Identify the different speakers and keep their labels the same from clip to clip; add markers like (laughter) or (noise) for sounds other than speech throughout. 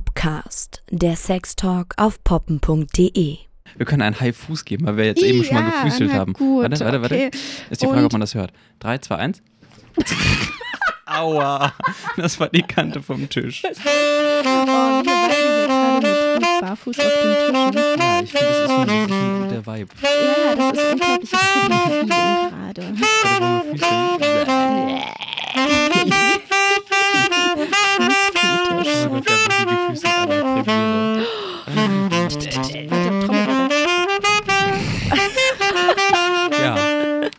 Speaker 1: Popcast, der Sextalk auf poppen.de.
Speaker 2: Wir können einen High-Fuß geben, weil wir jetzt eben schon mal
Speaker 3: Ja,
Speaker 2: gefüßelt
Speaker 3: na
Speaker 2: haben.
Speaker 3: gut,
Speaker 2: warte, warte,
Speaker 3: okay.
Speaker 2: warte. Ist die Frage,
Speaker 3: Und-
Speaker 2: ob man das hört. 3, 2,
Speaker 3: (laughs)
Speaker 2: 1. Aua, das war die Kante vom Tisch.
Speaker 3: Und wir beide hier gerade mit, mit Barfuß auf den Tischen.
Speaker 2: Ja, ich finde, das ist ein, das ist ein guter Vibe.
Speaker 3: Ja, das ist unglaublich. Ich fühle mich gerade.
Speaker 2: Warte, wollen wir Füße-
Speaker 3: Fetisch.
Speaker 2: Oh Gott, das sind die Füße an der Premiere.
Speaker 3: Der Trommelwirbel.
Speaker 2: Ja.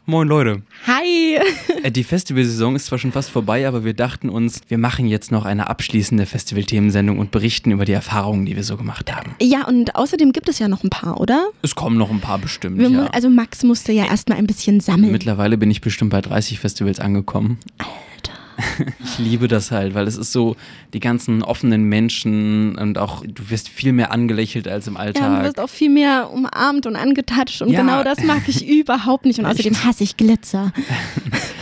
Speaker 2: Moin Leute.
Speaker 3: Hi!
Speaker 2: Äh, Die Festivalsaison ist zwar schon fast vorbei, aber wir dachten uns, wir machen jetzt noch eine abschließende Festival-Themensendung und berichten über die Erfahrungen, die wir so gemacht haben.
Speaker 3: Ja, und außerdem gibt es ja noch ein paar, oder?
Speaker 2: Es kommen noch ein paar bestimmt,
Speaker 3: Wir
Speaker 2: ja.
Speaker 3: mu- Also Max musste ja erstmal ein bisschen sammeln.
Speaker 2: Mittlerweile bin ich bestimmt bei 30 Festivals angekommen. (laughs) Ich liebe das halt, weil es ist so, die ganzen offenen Menschen und auch, du wirst viel mehr angelächelt als im
Speaker 3: ja, du
Speaker 2: Alltag.
Speaker 3: wirst auch viel mehr umarmt und angetatscht und
Speaker 2: Ja.
Speaker 3: genau das mag
Speaker 2: (laughs)
Speaker 3: ich überhaupt nicht. Und außerdem hasse ich Glitzer.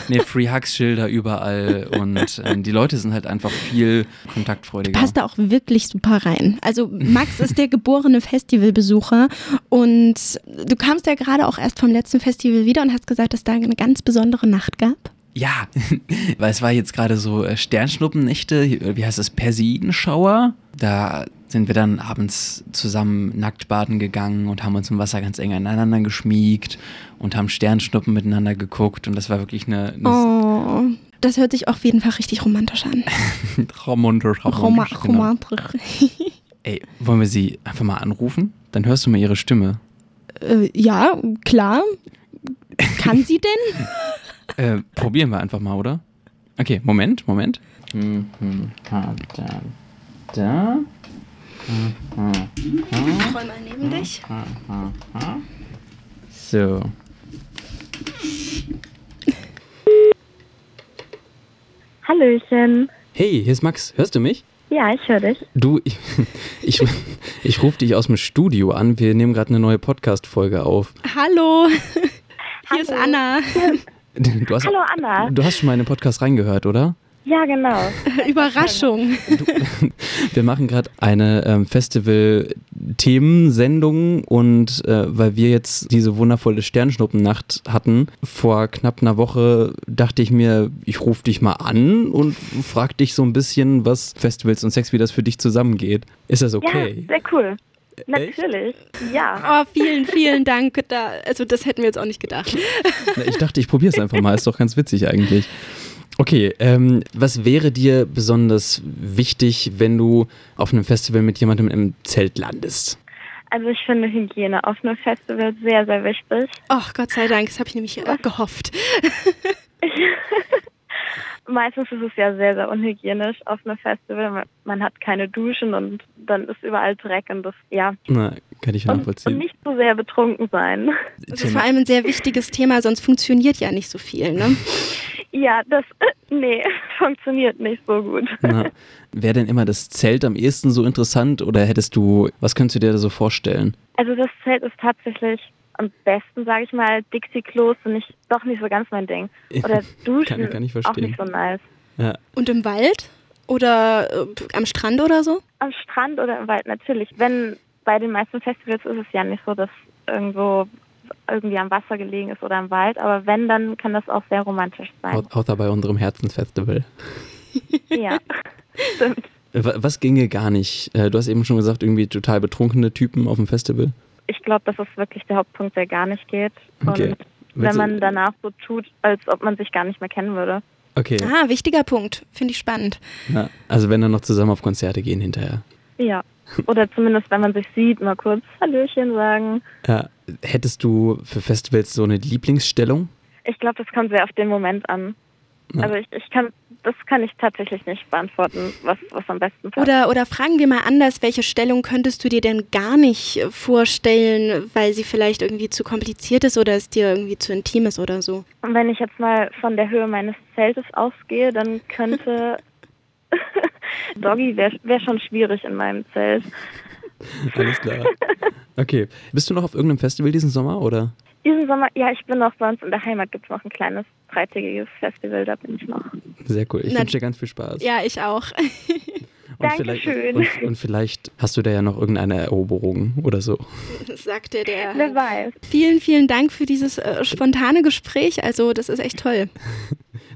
Speaker 2: nee, Free Hugs Schilder überall und ähm, die Leute sind halt einfach viel kontaktfreudiger.
Speaker 3: passt da auch wirklich super rein. Also Max ist der geborene Festivalbesucher und du kamst ja gerade auch erst vom letzten Festival wieder und hast gesagt, dass da eine ganz besondere Nacht gab.
Speaker 2: Ja, (laughs) weil es war jetzt gerade so äh, Sternschnuppennächte, äh, wie heißt es, Perseidenschauer. Da sind wir dann abends zusammen nackt baden gegangen und haben uns im Wasser ganz eng aneinander geschmiegt und haben Sternschnuppen miteinander geguckt und das war wirklich eine, eine
Speaker 3: Oh, das hört sich auf jeden Fall richtig romantisch (laughs) an.
Speaker 2: romantisch.
Speaker 3: Roma
Speaker 2: romantisch, genau.
Speaker 3: romantisch. (laughs)
Speaker 2: Ey, wollen wir sie einfach mal anrufen? Dann hörst du mal ihre Stimme.
Speaker 3: Äh, ja, klar. Kann sie denn? (laughs)
Speaker 2: Äh, probieren wir einfach mal, oder? Okay, Moment, Moment. Da.
Speaker 3: Roll mal neben dich.
Speaker 2: So.
Speaker 4: Hallöchen.
Speaker 2: Hey, hier ist Max. Hörst du mich?
Speaker 4: Ja, ich höre dich.
Speaker 2: Du, ich, (laughs) ich, ich rufe dich aus dem Studio an. Wir nehmen gerade eine neue Podcast-Folge auf.
Speaker 3: Hallo. Hier ist (laughs) Anna.
Speaker 2: Du hast,
Speaker 4: Hallo Anna.
Speaker 2: Du hast schon mal in den Podcast reingehört, oder?
Speaker 4: Ja,
Speaker 2: (laughs)
Speaker 4: genau.
Speaker 3: Überraschung.
Speaker 2: Wir machen gerade eine ähm, Festival-Themensendung und äh, weil wir jetzt diese wundervolle Sternschnuppennacht hatten, vor knapp einer Woche dachte ich mir, ich rufe dich mal an und frag dich so ein bisschen, was Festivals und Sex, wie das für dich zusammengeht. Ist das
Speaker 4: Ja,
Speaker 2: okay? Äh,
Speaker 4: sehr cool. Natürlich.
Speaker 3: Oh,
Speaker 4: Ja.
Speaker 3: vielen, vielen Dank. Da, also das hätten wir jetzt auch nicht gedacht.
Speaker 2: Na, Ich dachte, ich probiere es einfach mal. Ist doch ganz witzig eigentlich. Okay, ähm, was wäre dir besonders wichtig, wenn du auf einem Festival mit jemandem im Zelt landest?
Speaker 4: Also ich finde Hygiene auf einem Festival sehr, sehr wichtig.
Speaker 3: Oh, Gott sei Dank, das habe ich nämlich äh, gehofft.
Speaker 4: Meistens ist es ja sehr, sehr unhygienisch auf einem Festival. Man- Man hat keine Duschen und dann ist überall Dreck und das, ja.
Speaker 2: Na, kann ich
Speaker 4: Und, und
Speaker 2: nachvollziehen.
Speaker 4: nicht zu sehr betrunken sein. (laughs)
Speaker 3: Das ist Also vor allem ein sehr wichtiges Thema, sonst funktioniert ja nicht so viel. Ne?
Speaker 4: Ja, das, äh, nee, (laughs) funktioniert nicht so gut.
Speaker 2: Na, Wäre denn immer das Zelt am ehesten so interessant oder hättest du, was könntest du dir da so vorstellen?
Speaker 4: Also das Zelt ist tatsächlich am besten, sage ich mal, Dixie-Klos und nicht, doch nicht so ganz mein
Speaker 2: (laughs)
Speaker 4: Ding. Oder Duschen
Speaker 2: Kann- kann ich
Speaker 4: auch
Speaker 2: verstehen.
Speaker 4: nicht so nice.
Speaker 3: Und im Wald oder äh, am Strand oder so?
Speaker 4: Am Strand oder im Wald natürlich. Wenn bei den meisten Festivals ist es ja nicht so, dass irgendwo irgendwie am Wasser gelegen ist oder im Wald, aber wenn, dann kann das auch sehr romantisch
Speaker 2: Au-
Speaker 4: sein.
Speaker 2: Außer bei unserem Herzensfestival. (laughs)
Speaker 4: ja. Stimmt.
Speaker 2: Äh, wa- Was ginge gar nicht? Äh, Du hast eben schon gesagt, irgendwie total betrunkene Typen auf dem Festival.
Speaker 4: Ich glaube, das ist wirklich der Hauptpunkt, der gar nicht geht.
Speaker 2: Okay.
Speaker 4: Und
Speaker 2: Willst
Speaker 4: wenn
Speaker 2: du-
Speaker 4: man danach so tut, als ob man sich gar nicht mehr kennen würde.
Speaker 2: Okay.
Speaker 3: Ah, wichtiger Punkt. Finde ich spannend.
Speaker 2: Na, also wenn dann noch zusammen auf Konzerte gehen hinterher.
Speaker 4: Ja. Oder zumindest, wenn man sich sieht, mal kurz Hallöchen sagen.
Speaker 2: Ja, Äh, hättest du für Festivals so eine
Speaker 4: (laughs)
Speaker 2: Lieblingsstellung?
Speaker 4: Ich glaube, das kommt sehr auf den Moment an.
Speaker 2: Ja.
Speaker 4: Also ich, ich kann, das kann ich tatsächlich nicht beantworten, was, was am besten passt.
Speaker 3: Oder, oder fragen wir mal anders, welche Stellung könntest du dir denn gar nicht äh, vorstellen, weil sie vielleicht irgendwie zu kompliziert ist oder es dir irgendwie zu intim ist oder so?
Speaker 4: Und wenn ich jetzt mal von der Höhe meines Zeltes ausgehe, dann könnte Doggy wäre wär schon schwierig in meinem Zelt.
Speaker 2: Alles klar. Okay. Bist du noch auf irgendeinem Festival diesen Sommer oder?
Speaker 4: Diesen Sommer, ja, ich bin noch bei uns in der Heimat, gibt es noch ein kleines dreitägiges Festival, da bin ich noch.
Speaker 2: Sehr cool. Ich
Speaker 3: Na-
Speaker 2: wünsche dir ganz viel Spaß.
Speaker 3: Ja, ich auch.
Speaker 5: Und vielleicht,
Speaker 4: Dankeschön.
Speaker 5: und, und vielleicht hast du da ja noch irgendeine Eroberung oder so.
Speaker 3: (laughs) sagte der.
Speaker 4: Wer weiß.
Speaker 3: Vielen, vielen Dank für dieses äh, spontane Gespräch. Also, das ist echt toll.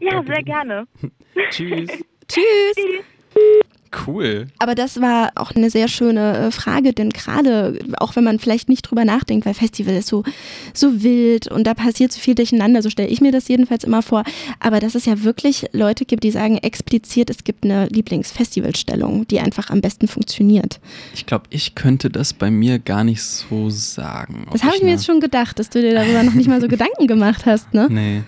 Speaker 4: Ja, sehr gerne.
Speaker 5: Tschüss.
Speaker 3: Tschüss!
Speaker 2: Cool.
Speaker 3: Aber das war auch eine sehr schöne äh, Frage, denn gerade, auch wenn man vielleicht nicht drüber nachdenkt, weil Festival ist so, so wild und da passiert so viel durcheinander, so stelle ich mir das jedenfalls immer vor. Aber dass es ja wirklich Leute gibt, die sagen explizit, es gibt eine Lieblingsfestivalstellung, die einfach am besten funktioniert.
Speaker 2: Ich glaube, ich könnte das bei mir gar nicht so sagen. ob
Speaker 3: Das habe ich mir
Speaker 2: ne-
Speaker 3: jetzt schon gedacht, dass du dir darüber noch nicht mal so Gedanken gemacht hast, ne?
Speaker 2: Nee.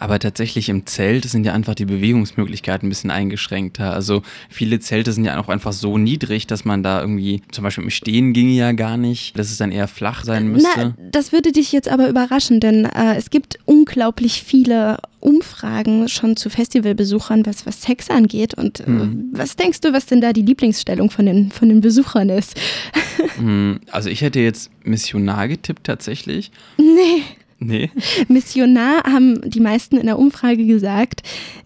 Speaker 2: Aber tatsächlich im Zelt sind ja einfach die Bewegungsmöglichkeiten ein bisschen eingeschränkter. Also viele Zelte sind ja auch einfach so niedrig, dass man da irgendwie, zum Beispiel im Stehen ginge ja gar nicht, dass es dann eher flach sein müsste.
Speaker 3: Na, das würde dich jetzt aber überraschen, denn äh, es gibt unglaublich viele Umfragen schon zu Festivalbesuchern, was, was Sex angeht. Und äh,
Speaker 2: Hm.
Speaker 3: was denkst du, was denn da die Lieblingsstellung von den, von den Besuchern ist? (laughs)
Speaker 2: Hm, Also ich hätte jetzt Missionar getippt tatsächlich.
Speaker 3: Nee.
Speaker 2: Nee.
Speaker 3: Missionar haben die meisten in der Umfrage gesagt,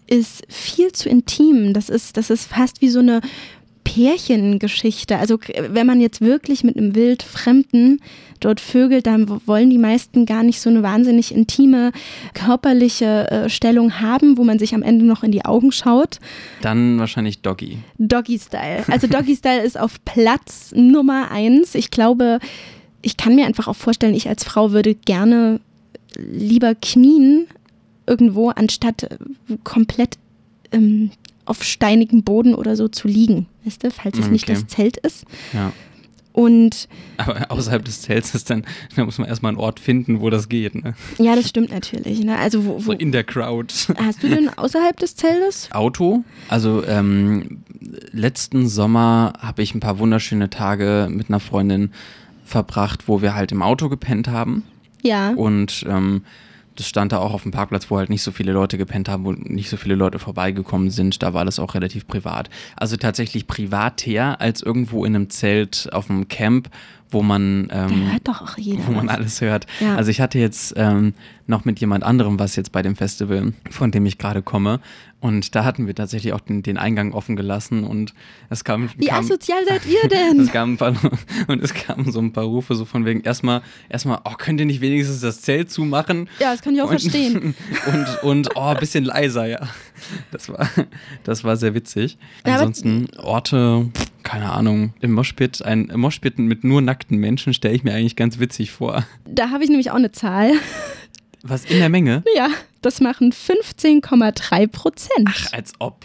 Speaker 3: ist viel zu intim. Das ist, das ist fast wie so eine Pärchengeschichte. Also k- wenn man jetzt wirklich mit einem wild Fremden dort vögelt, dann w- wollen die meisten gar nicht so eine wahnsinnig intime körperliche äh, Stellung haben, wo man sich am Ende noch in die Augen schaut.
Speaker 2: Dann wahrscheinlich Doggy.
Speaker 3: Doggy-Style. Also Doggy-Style ist auf Platz Nummer eins. Ich glaube, ich kann mir einfach auch vorstellen, ich als Frau würde gerne lieber knien irgendwo, anstatt äh, komplett ähm, auf steinigem Boden oder so zu liegen. Weißt du, falls es nicht
Speaker 2: Mhm, Okay.
Speaker 3: das Zelt ist.
Speaker 2: Ja.
Speaker 3: Und
Speaker 2: Aber (laughs) außerhalb des Zelts ist dann, da muss man erstmal einen Ort finden, wo das geht. Ne?
Speaker 3: ja, das stimmt natürlich. Ne? Also wo,
Speaker 2: So
Speaker 3: wo,
Speaker 2: in der Crowd.
Speaker 3: hast du denn außerhalb des Zeltes?
Speaker 2: Auto. Also ähm, letzten Sommer habe ich ein paar wunderschöne Tage mit einer Freundin verbracht, wo wir halt im Auto gepennt haben.
Speaker 3: Ja.
Speaker 2: Und ähm, das stand da auch auf dem Parkplatz, wo halt nicht so viele Leute gepennt haben, wo nicht so viele Leute vorbeigekommen sind. Da war das auch relativ privat. Also tatsächlich privater als irgendwo in einem Zelt auf dem Camp, wo man...
Speaker 3: Da
Speaker 2: Ähm,
Speaker 3: hört doch auch
Speaker 2: (laughs)
Speaker 3: jeder.
Speaker 2: wo man
Speaker 3: was.
Speaker 2: alles hört.
Speaker 3: Ja.
Speaker 2: Also ich hatte jetzt ähm, noch mit jemand anderem was jetzt bei dem Festival, von dem ich gerade komme. Und da hatten wir tatsächlich auch den, den Eingang offen gelassen und es kam,
Speaker 3: Wie
Speaker 2: kam
Speaker 3: asozial seid ihr
Speaker 2: es (laughs)
Speaker 3: denn?
Speaker 2: kamen ein paar, und es kamen so ein paar Rufe so von wegen erstmal erstmal oh könnt ihr nicht wenigstens das Zelt zumachen
Speaker 3: Ja, das kann ich auch
Speaker 2: und,
Speaker 3: verstehen.
Speaker 2: (laughs) und und oh ein bisschen leiser ja das war das war sehr witzig
Speaker 3: Ja, aber-
Speaker 2: ansonsten Orte keine Ahnung im Moshpit ein Moshpit mit nur nackten Menschen stelle ich mir eigentlich ganz witzig vor
Speaker 3: Da habe ich nämlich auch eine Zahl.
Speaker 2: Was in der Menge?
Speaker 3: Ja, das machen 15,3 Prozent.
Speaker 2: Als ob.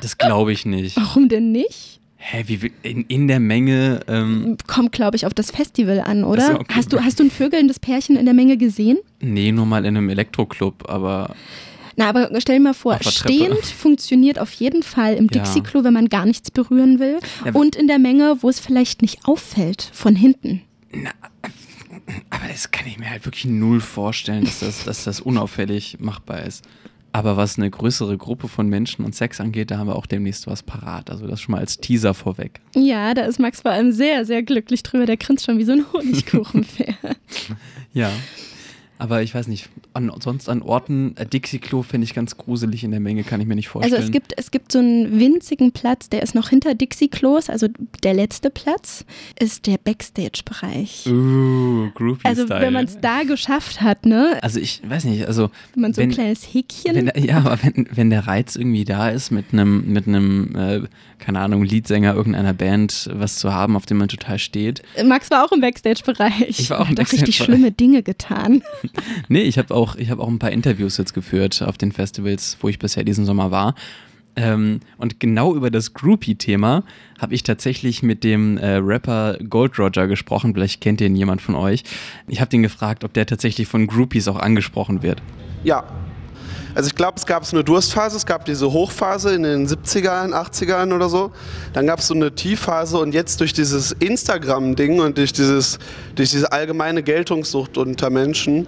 Speaker 2: Das glaube ich nicht.
Speaker 3: Warum denn nicht?
Speaker 2: Hä, wie will- in, in der Menge? Ähm,
Speaker 3: Kommt, glaube ich, auf das Festival an,
Speaker 2: Ach
Speaker 3: oder?
Speaker 2: so, okay.
Speaker 3: Hast, du, hast du ein vögelndes Pärchen in der Menge gesehen?
Speaker 2: nee, nur mal in einem Elektroclub, aber
Speaker 3: Na, aber stell dir mal vor,
Speaker 2: Auf der Treppe.
Speaker 3: stehend funktioniert auf jeden Fall im
Speaker 2: Ja.
Speaker 3: Dixie-Klo, wenn man gar nichts berühren will.
Speaker 2: Ja, w-
Speaker 3: und in der Menge, wo es vielleicht nicht auffällt, von hinten.
Speaker 2: aber das kann ich mir halt wirklich null vorstellen, dass das, dass das unauffällig machbar ist. Aber was eine größere Gruppe von Menschen und Sex angeht, da haben wir auch demnächst was parat. Also das schon mal als Teaser vorweg.
Speaker 3: Ja, da ist Max vor allem sehr, sehr glücklich drüber. Der grinst schon wie so ein
Speaker 2: (laughs)
Speaker 3: Honigkuchenpferd.
Speaker 2: Ja. Aber ich weiß nicht, an, sonst an Orten, äh, Dixie-Klo finde ich ganz gruselig in der Menge, kann ich mir nicht vorstellen.
Speaker 3: Also es gibt, es gibt so einen winzigen Platz, der ist noch hinter Dixie Klos, also der letzte Platz ist der Backstage-Bereich.
Speaker 2: Uh, Groupie-Style.
Speaker 3: Also wenn man es da geschafft hat, ne?
Speaker 2: Also ich weiß nicht, also
Speaker 3: Wenn man so ein
Speaker 2: Wenn-
Speaker 3: kleines
Speaker 2: Wenn
Speaker 3: Häkchen.
Speaker 2: der, ja, aber wenn, wenn der Reiz irgendwie da ist, mit einem, mit einem, äh, keine Ahnung, Leadsänger irgendeiner Band was zu haben, auf dem man total steht.
Speaker 3: Max war auch im Backstage-Bereich.
Speaker 2: Ich war auch im
Speaker 3: Hat doch richtig
Speaker 2: Backstage-Bereich.
Speaker 3: schlimme Dinge getan.
Speaker 2: Nee, ich habe auch, ich hab auch ein paar Interviews jetzt geführt auf den Festivals, wo ich bisher diesen Sommer war. Ähm, und genau über das Groupie-Thema habe ich tatsächlich mit dem äh, Rapper Gold Roger gesprochen. Vielleicht kennt den jemand von euch. Ich habe den gefragt, ob der tatsächlich von Groupies auch angesprochen wird.
Speaker 6: Ja. Also ich glaube, es gab so eine Durstphase, es gab diese Hochphase in den 70ern, 80ern oder so. Dann gab es so eine Tiefphase und jetzt durch dieses Instagram-Ding und durch, dieses, durch diese allgemeine Geltungssucht unter Menschen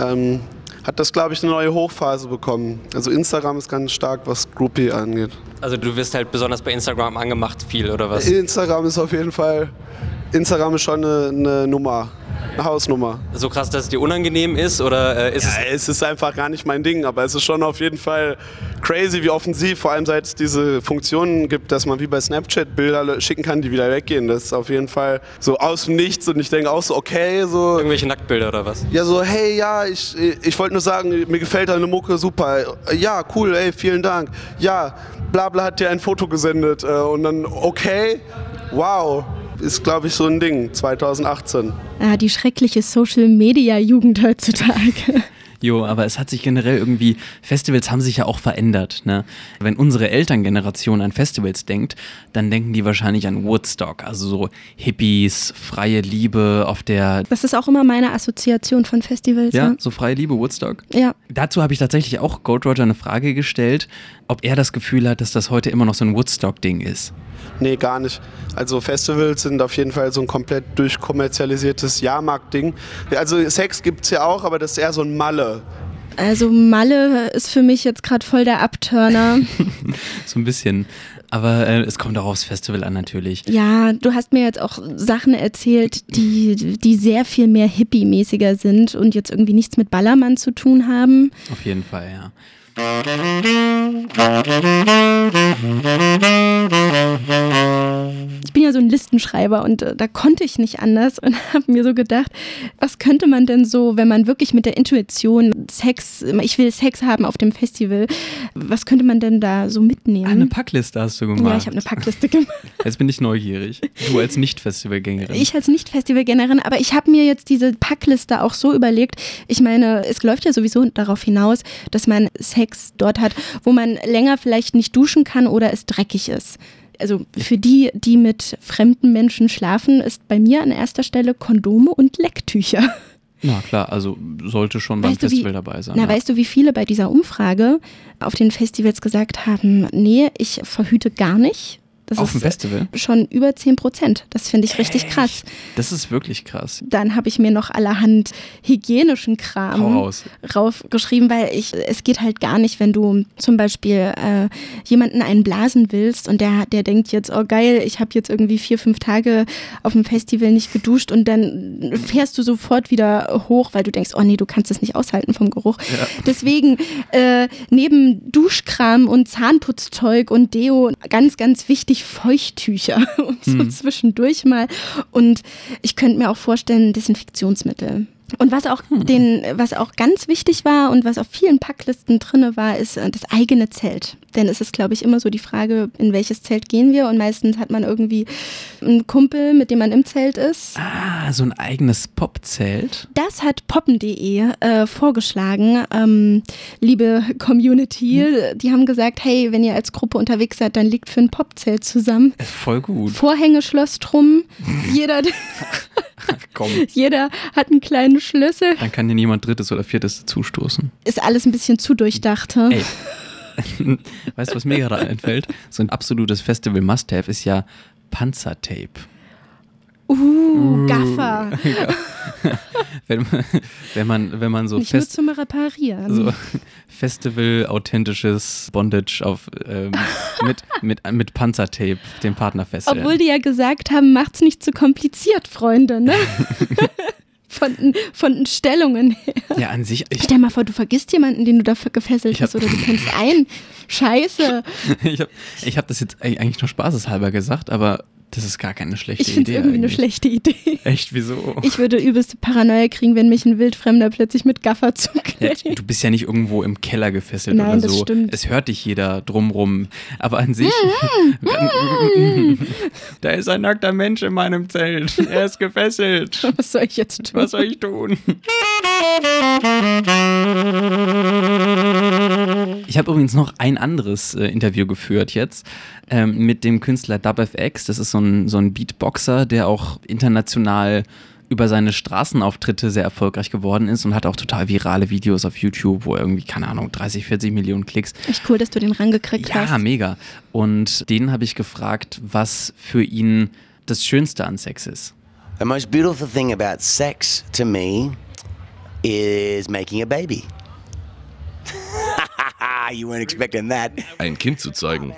Speaker 6: ähm, hat das, glaube ich, eine neue Hochphase bekommen. Also Instagram ist ganz stark, was Groupie angeht. Äh,
Speaker 7: Also du wirst halt besonders bei Instagram angemacht viel oder was?
Speaker 6: Instagram ist auf jeden Fall Instagram ist schon eine, eine Nummer, eine Hausnummer.
Speaker 7: So krass, dass es dir unangenehm ist oder äh, ist
Speaker 6: Ja, es ist einfach gar nicht mein Ding, aber es ist schon auf jeden Fall crazy, wie offensiv, vor allem seit es diese Funktionen gibt, dass man wie bei Snapchat Bilder le- schicken kann, die wieder weggehen. Das ist auf jeden Fall so aus dem Nichts und ich denke auch so, okay,
Speaker 7: es
Speaker 6: so.
Speaker 7: irgendwelche Nacktbilder oder was?
Speaker 6: Ja, so, hey, ja, ich, ich wollte nur sagen, mir gefällt deine Mucke super. Ja, cool, ey, vielen Dank. Ja, Blabla hat dir ein Foto gesendet äh, und dann, okay, wow. Ist, glaube ich, so ein Ding, 2018.
Speaker 3: Ah, die schreckliche Social-Media-Jugend heutzutage.
Speaker 2: Jo, aber es hat sich generell irgendwie, Festivals haben sich ja auch verändert. Ne? Wenn unsere Elterngeneration an Festivals denkt, dann denken die wahrscheinlich an Woodstock, also so Hippies, freie Liebe auf der,
Speaker 3: Das ist auch immer meine Assoziation von Festivals.
Speaker 2: ja,
Speaker 3: ne?
Speaker 2: so freie Liebe, Woodstock.
Speaker 3: ja.
Speaker 2: Dazu habe ich tatsächlich auch Gold Roger eine Frage gestellt, ob er das Gefühl hat, dass das heute immer noch so ein Woodstock-Ding ist.
Speaker 6: Nee, gar nicht. Also Festivals sind auf jeden Fall so ein komplett durchkommerzialisiertes Jahrmarkt-Ding. Also Sex gibt's ja auch, aber das ist eher so ein Malle.
Speaker 3: Also Malle ist für mich jetzt gerade voll der Abturner.
Speaker 2: So ein bisschen. Aber äh, es kommt auch aufs Festival an natürlich.
Speaker 3: ja, du hast mir jetzt auch Sachen erzählt, die, die sehr viel mehr hippie-mäßiger sind und jetzt irgendwie nichts mit Ballermann zu tun haben.
Speaker 2: Auf jeden Fall, ja.
Speaker 3: Mhm. Ich bin ja so ein Listenschreiber und äh, da konnte ich nicht anders und (laughs) habe mir so gedacht, was könnte man denn so, wenn man wirklich mit der Intuition Sex, ich will Sex haben auf dem Festival, was könnte man denn da
Speaker 2: Ah,
Speaker 3: so
Speaker 2: eine
Speaker 3: mitnehmen?
Speaker 2: Packliste hast du gemacht.
Speaker 3: ja, ich habe eine Packliste gemacht.
Speaker 2: Jetzt bin ich neugierig. Du als Nicht-Festivalgängerin.
Speaker 3: Ich als Nicht-Festivalgängerin, aber ich habe mir jetzt diese Packliste auch so überlegt. Ich meine, es läuft ja sowieso darauf hinaus, dass man Sex dort hat, wo man länger vielleicht nicht duschen kann oder es dreckig ist. Also für die, die mit fremden Menschen schlafen, ist bei mir an erster Stelle Kondome und Lecktücher.
Speaker 2: Na klar, also sollte schon beim
Speaker 3: Weißt du, wie-
Speaker 2: Festival dabei sein.
Speaker 3: Na,
Speaker 2: ja.
Speaker 3: weißt du, wie viele bei dieser Umfrage auf den Festivals gesagt haben, nee, ich verhüte gar nicht. Das
Speaker 2: Auf dem
Speaker 3: ist
Speaker 2: Festival?
Speaker 3: schon über 10 Prozent. Das finde ich richtig krass.
Speaker 2: Das ist wirklich krass.
Speaker 3: Dann habe ich mir noch allerhand hygienischen Kram
Speaker 2: Hau raus.
Speaker 3: raufgeschrieben, weil ich, es geht halt gar nicht, wenn du zum Beispiel äh, jemanden einen blasen willst und der, der denkt jetzt, oh geil, ich habe jetzt irgendwie vier, fünf Tage auf dem Festival nicht geduscht und dann fährst du sofort wieder hoch, weil du denkst, oh nee, du kannst es nicht aushalten vom Geruch. Deswegen äh, neben Duschkram und Zahnputzzeug und Deo ganz, ganz wichtig Feuchttücher (laughs) und so zwischendurch mal. Und ich könnte mir auch vorstellen, Desinfektionsmittel. Und was auch, den, was auch ganz wichtig war und was auf vielen Packlisten drinne war, ist äh, das eigene Zelt. Denn es ist, glaube ich, immer so die Frage, in welches Zelt gehen wir? Und meistens hat man irgendwie einen Kumpel, mit dem man im Zelt ist.
Speaker 2: Ah, so ein eigenes Popzelt.
Speaker 3: Das hat poppen.de äh, vorgeschlagen, ähm, liebe Community. Die haben gesagt, hey, wenn ihr als Gruppe unterwegs seid, dann liegt für ein Popzelt zusammen.
Speaker 2: Äh, Voll gut.
Speaker 3: (laughs) Vorhängeschloss drum. Jeder,
Speaker 2: Komm.
Speaker 3: jeder hat einen kleinen Schlüssel.
Speaker 2: Dann kann dir niemand drittes oder viertes dazustoßen.
Speaker 3: (laughs) Ist alles ein bisschen zu durchdacht. hm? hä?
Speaker 2: Ey. (laughs) weißt du, was mir gerade einfällt? So ein absolutes Festival-Must-Have ist ja Panzertape.
Speaker 3: Uh, Gaffer.
Speaker 2: Wenn, wenn, man, wenn man so
Speaker 3: Nicht
Speaker 2: Fest...
Speaker 3: nur zum Reparieren.
Speaker 2: So Festival authentisches Bondage auf ähm, mit, mit, mit Panzertape, dem Partner fesseln.
Speaker 3: Obwohl die ja gesagt haben, macht's nicht zu kompliziert, Freunde,
Speaker 2: (laughs)
Speaker 3: ne? von, den- von den Stellungen her.
Speaker 2: ja, an sich, ich,
Speaker 3: Stell mal vor, du vergisst jemanden, den du dafür gefesselt
Speaker 2: Ich hab-
Speaker 3: hast oder du kennst ein. Scheiße.
Speaker 2: (laughs) ich habe ich hab das jetzt eig- eigentlich nur spaßeshalber gesagt, aber das ist gar keine schlechte
Speaker 3: Ich
Speaker 2: Idee.
Speaker 3: find's irgendwie eine
Speaker 2: eigentlich.
Speaker 3: schlechte Idee.
Speaker 2: Echt, wieso?
Speaker 3: Ich würde übelste Paranoia kriegen, wenn mich ein Wildfremder plötzlich mit Gaffer
Speaker 2: ja,
Speaker 3: zuklebt.
Speaker 2: (laughs) du bist ja nicht irgendwo im Keller gefesselt
Speaker 3: Nein,
Speaker 2: oder
Speaker 3: das
Speaker 2: so.
Speaker 3: stimmt.
Speaker 2: Es hört dich jeder drumrum. Aber an sich,
Speaker 3: Mhm.
Speaker 2: (laughs)
Speaker 3: (laughs)
Speaker 2: da ist ein nackter Mensch in meinem Zelt. Er ist gefesselt.
Speaker 3: Was soll ich jetzt tun?
Speaker 2: Was soll ich tun? Ich habe übrigens noch ein anderes äh, Interview geführt jetzt ähm, mit dem Künstler DubFX. Das ist so ein, so ein Beatboxer, der auch international über seine Straßenauftritte sehr erfolgreich geworden ist und hat auch total virale Videos auf YouTube, wo er irgendwie, keine Ahnung, 30, 40 Millionen Klicks
Speaker 3: Echt cool, dass du den rangekriegt
Speaker 2: ja,
Speaker 3: hast.
Speaker 2: mega. Und den habe ich gefragt, was für ihn das Schönste an Sex ist.
Speaker 8: The most beautiful thing about sex to me is making a baby. (laughs) you weren't expecting that.
Speaker 9: Ah, Ein Kind zu zeugen.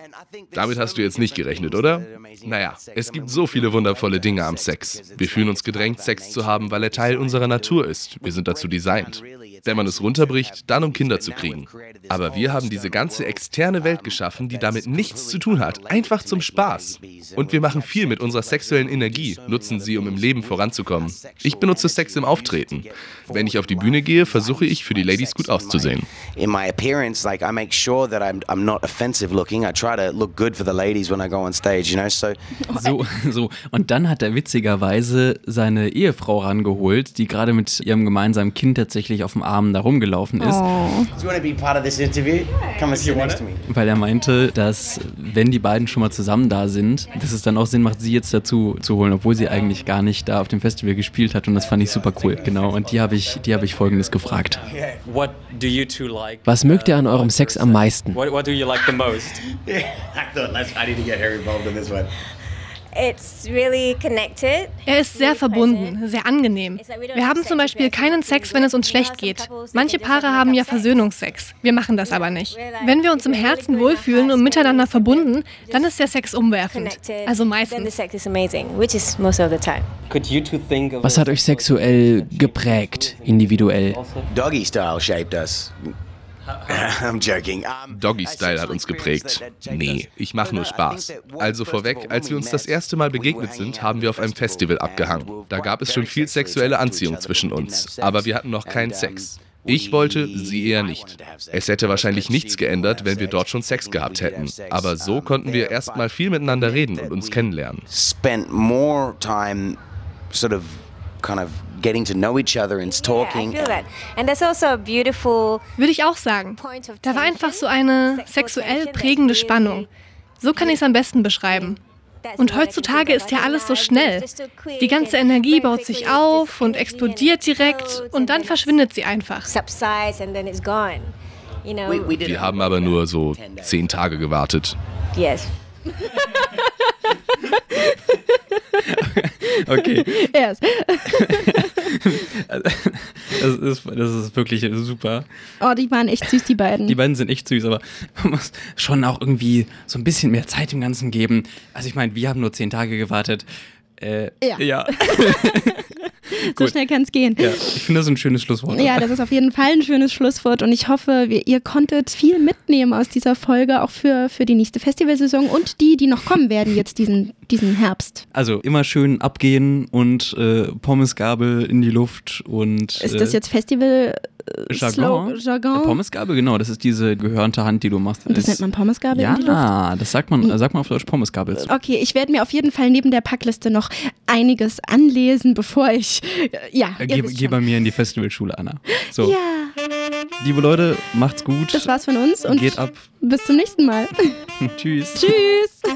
Speaker 9: Damit hast du jetzt nicht gerechnet, oder? Naja, es gibt so viele wundervolle Dinge am Sex. Wir fühlen uns gedrängt, Sex zu haben, weil er Teil unserer Natur ist. Wir sind dazu designt. Wenn man es runterbricht, dann um Kinder zu kriegen. Aber wir haben diese ganze externe Welt geschaffen, die damit nichts zu tun hat. Einfach zum Spaß. Und wir machen viel mit unserer sexuellen Energie, nutzen sie, um im Leben voranzukommen. Ich benutze Sex im Auftreten. Wenn ich auf die Bühne gehe, versuche ich für die Ladies gut auszusehen.
Speaker 8: In my appearance, like I make sure that I'm, I'm not offensive looking. I try to look good for the ladies when I go on stage, you know. So
Speaker 2: So, (laughs) so. Und dann hat er witzigerweise seine Ehefrau rangeholt, die gerade mit ihrem gemeinsamen Kind tatsächlich auf dem Arm da rumgelaufen ist,
Speaker 3: Oh.
Speaker 8: Do you want to be part of this interview? Come and sit next to me.
Speaker 2: weil er meinte, dass wenn die beiden schon mal zusammen da sind, dass es dann auch Sinn macht, sie jetzt dazu zu holen, obwohl sie eigentlich gar nicht da auf dem Festival gespielt hat. Und das fand ich super cool. Genau. Und die habe ich, die habe ich folgendes gefragt.
Speaker 7: What do you two like? uh,
Speaker 10: Was mögt ihr an eurem Sex am meisten?
Speaker 7: What, what do you like the most?
Speaker 8: (laughs) I thought let's, I need to get her involved in this one.
Speaker 11: It's really connected.
Speaker 12: Er ist sehr verbunden, sehr angenehm. Wir haben zum Beispiel keinen Sex, wenn es uns schlecht geht. Manche Paare haben ja Versöhnungsex. Wir machen das aber nicht. Wenn wir uns im Herzen wohlfühlen und miteinander verbunden, dann ist der Sex umwerfend.
Speaker 11: Then
Speaker 12: Also
Speaker 11: the
Speaker 12: meistens.
Speaker 11: sex is amazing, which is most of the time.
Speaker 7: Could you two think of
Speaker 10: Was hat euch sexuell geprägt, individuell?
Speaker 7: also?
Speaker 8: Doggy style shaped us. (laughs) I'm joking. Um,
Speaker 9: Doggy Style hat uns geprägt. Nee, ich mache nur Spaß. Also vorweg, als wir uns das erste Mal begegnet sind, haben wir auf einem Festival abgehangen. Da gab es schon viel sexuelle Anziehung zwischen uns, aber wir hatten noch keinen Sex.
Speaker 8: um,
Speaker 9: Ich wollte, sie eher nicht. Es hätte wahrscheinlich nichts geändert, wenn wir dort schon Sex gehabt hätten. Aber so
Speaker 8: Um,
Speaker 9: konnten wir erstmal viel miteinander reden und uns kennenlernen.
Speaker 8: spent more time sort of kind of getting to know each other and talking.
Speaker 11: I feel that. And there's also a beautiful
Speaker 12: Würde ich auch sagen.
Speaker 11: point of
Speaker 12: Da war
Speaker 11: tension
Speaker 12: einfach so eine sexuell prägende Spannung. So kann ich es am besten beschreiben. Und heutzutage ist ja alles so schnell. Die ganze Energie baut sich auf und explodiert direkt und dann verschwindet sie einfach.
Speaker 11: subsides and then it's gone. You know,
Speaker 9: Wir haben aber nur so zehn Tage gewartet.
Speaker 11: yes.
Speaker 2: Okay.
Speaker 3: (laughs) Yes.
Speaker 2: Das ist, das ist wirklich super.
Speaker 3: Oh, die waren echt süß, die beiden.
Speaker 2: Die beiden sind echt süß, aber man muss schon auch irgendwie so ein bisschen mehr Zeit dem Ganzen geben. Also ich meine, wir haben nur zehn Tage gewartet. Äh,
Speaker 3: Ja.
Speaker 2: ja.
Speaker 3: so
Speaker 2: gut.
Speaker 3: schnell kann es gehen.
Speaker 2: Ja, ich finde das ein schönes Schlusswort.
Speaker 3: Ja, das ist auf jeden Fall ein schönes Schlusswort und ich hoffe, wir, ihr konntet viel mitnehmen aus dieser Folge, auch für, für die nächste Festivalsaison und die, die noch kommen werden jetzt diesen, diesen Herbst.
Speaker 2: Also immer schön abgehen und äh, Pommesgabel in die Luft und
Speaker 3: Ist das
Speaker 2: äh,
Speaker 3: jetzt Festival äh,
Speaker 2: Jargon?
Speaker 3: Slow, Jargon?
Speaker 2: Pommesgabel, genau, das ist diese gehörnte Hand, die du machst.
Speaker 3: Und das nennt man Pommesgabel
Speaker 2: Ja,
Speaker 3: in die Luft? Hm.
Speaker 2: das sagt man, äh, sagt man auf Deutsch Pommesgabel.
Speaker 3: Okay, ich werde mir auf jeden Fall neben der Packliste noch einiges anlesen, bevor ich. Ja,
Speaker 2: Äh,
Speaker 3: ihr
Speaker 2: Geh,
Speaker 3: wisst
Speaker 2: geh
Speaker 3: schon.
Speaker 2: bei mir in die Festivalschule, Anna. So,
Speaker 3: Ja,
Speaker 2: liebe Leute, macht's gut.
Speaker 3: das war's von uns und
Speaker 2: Geht ab.
Speaker 3: bis zum nächsten Mal.
Speaker 2: Tschüss.
Speaker 3: (laughs) Tschüss.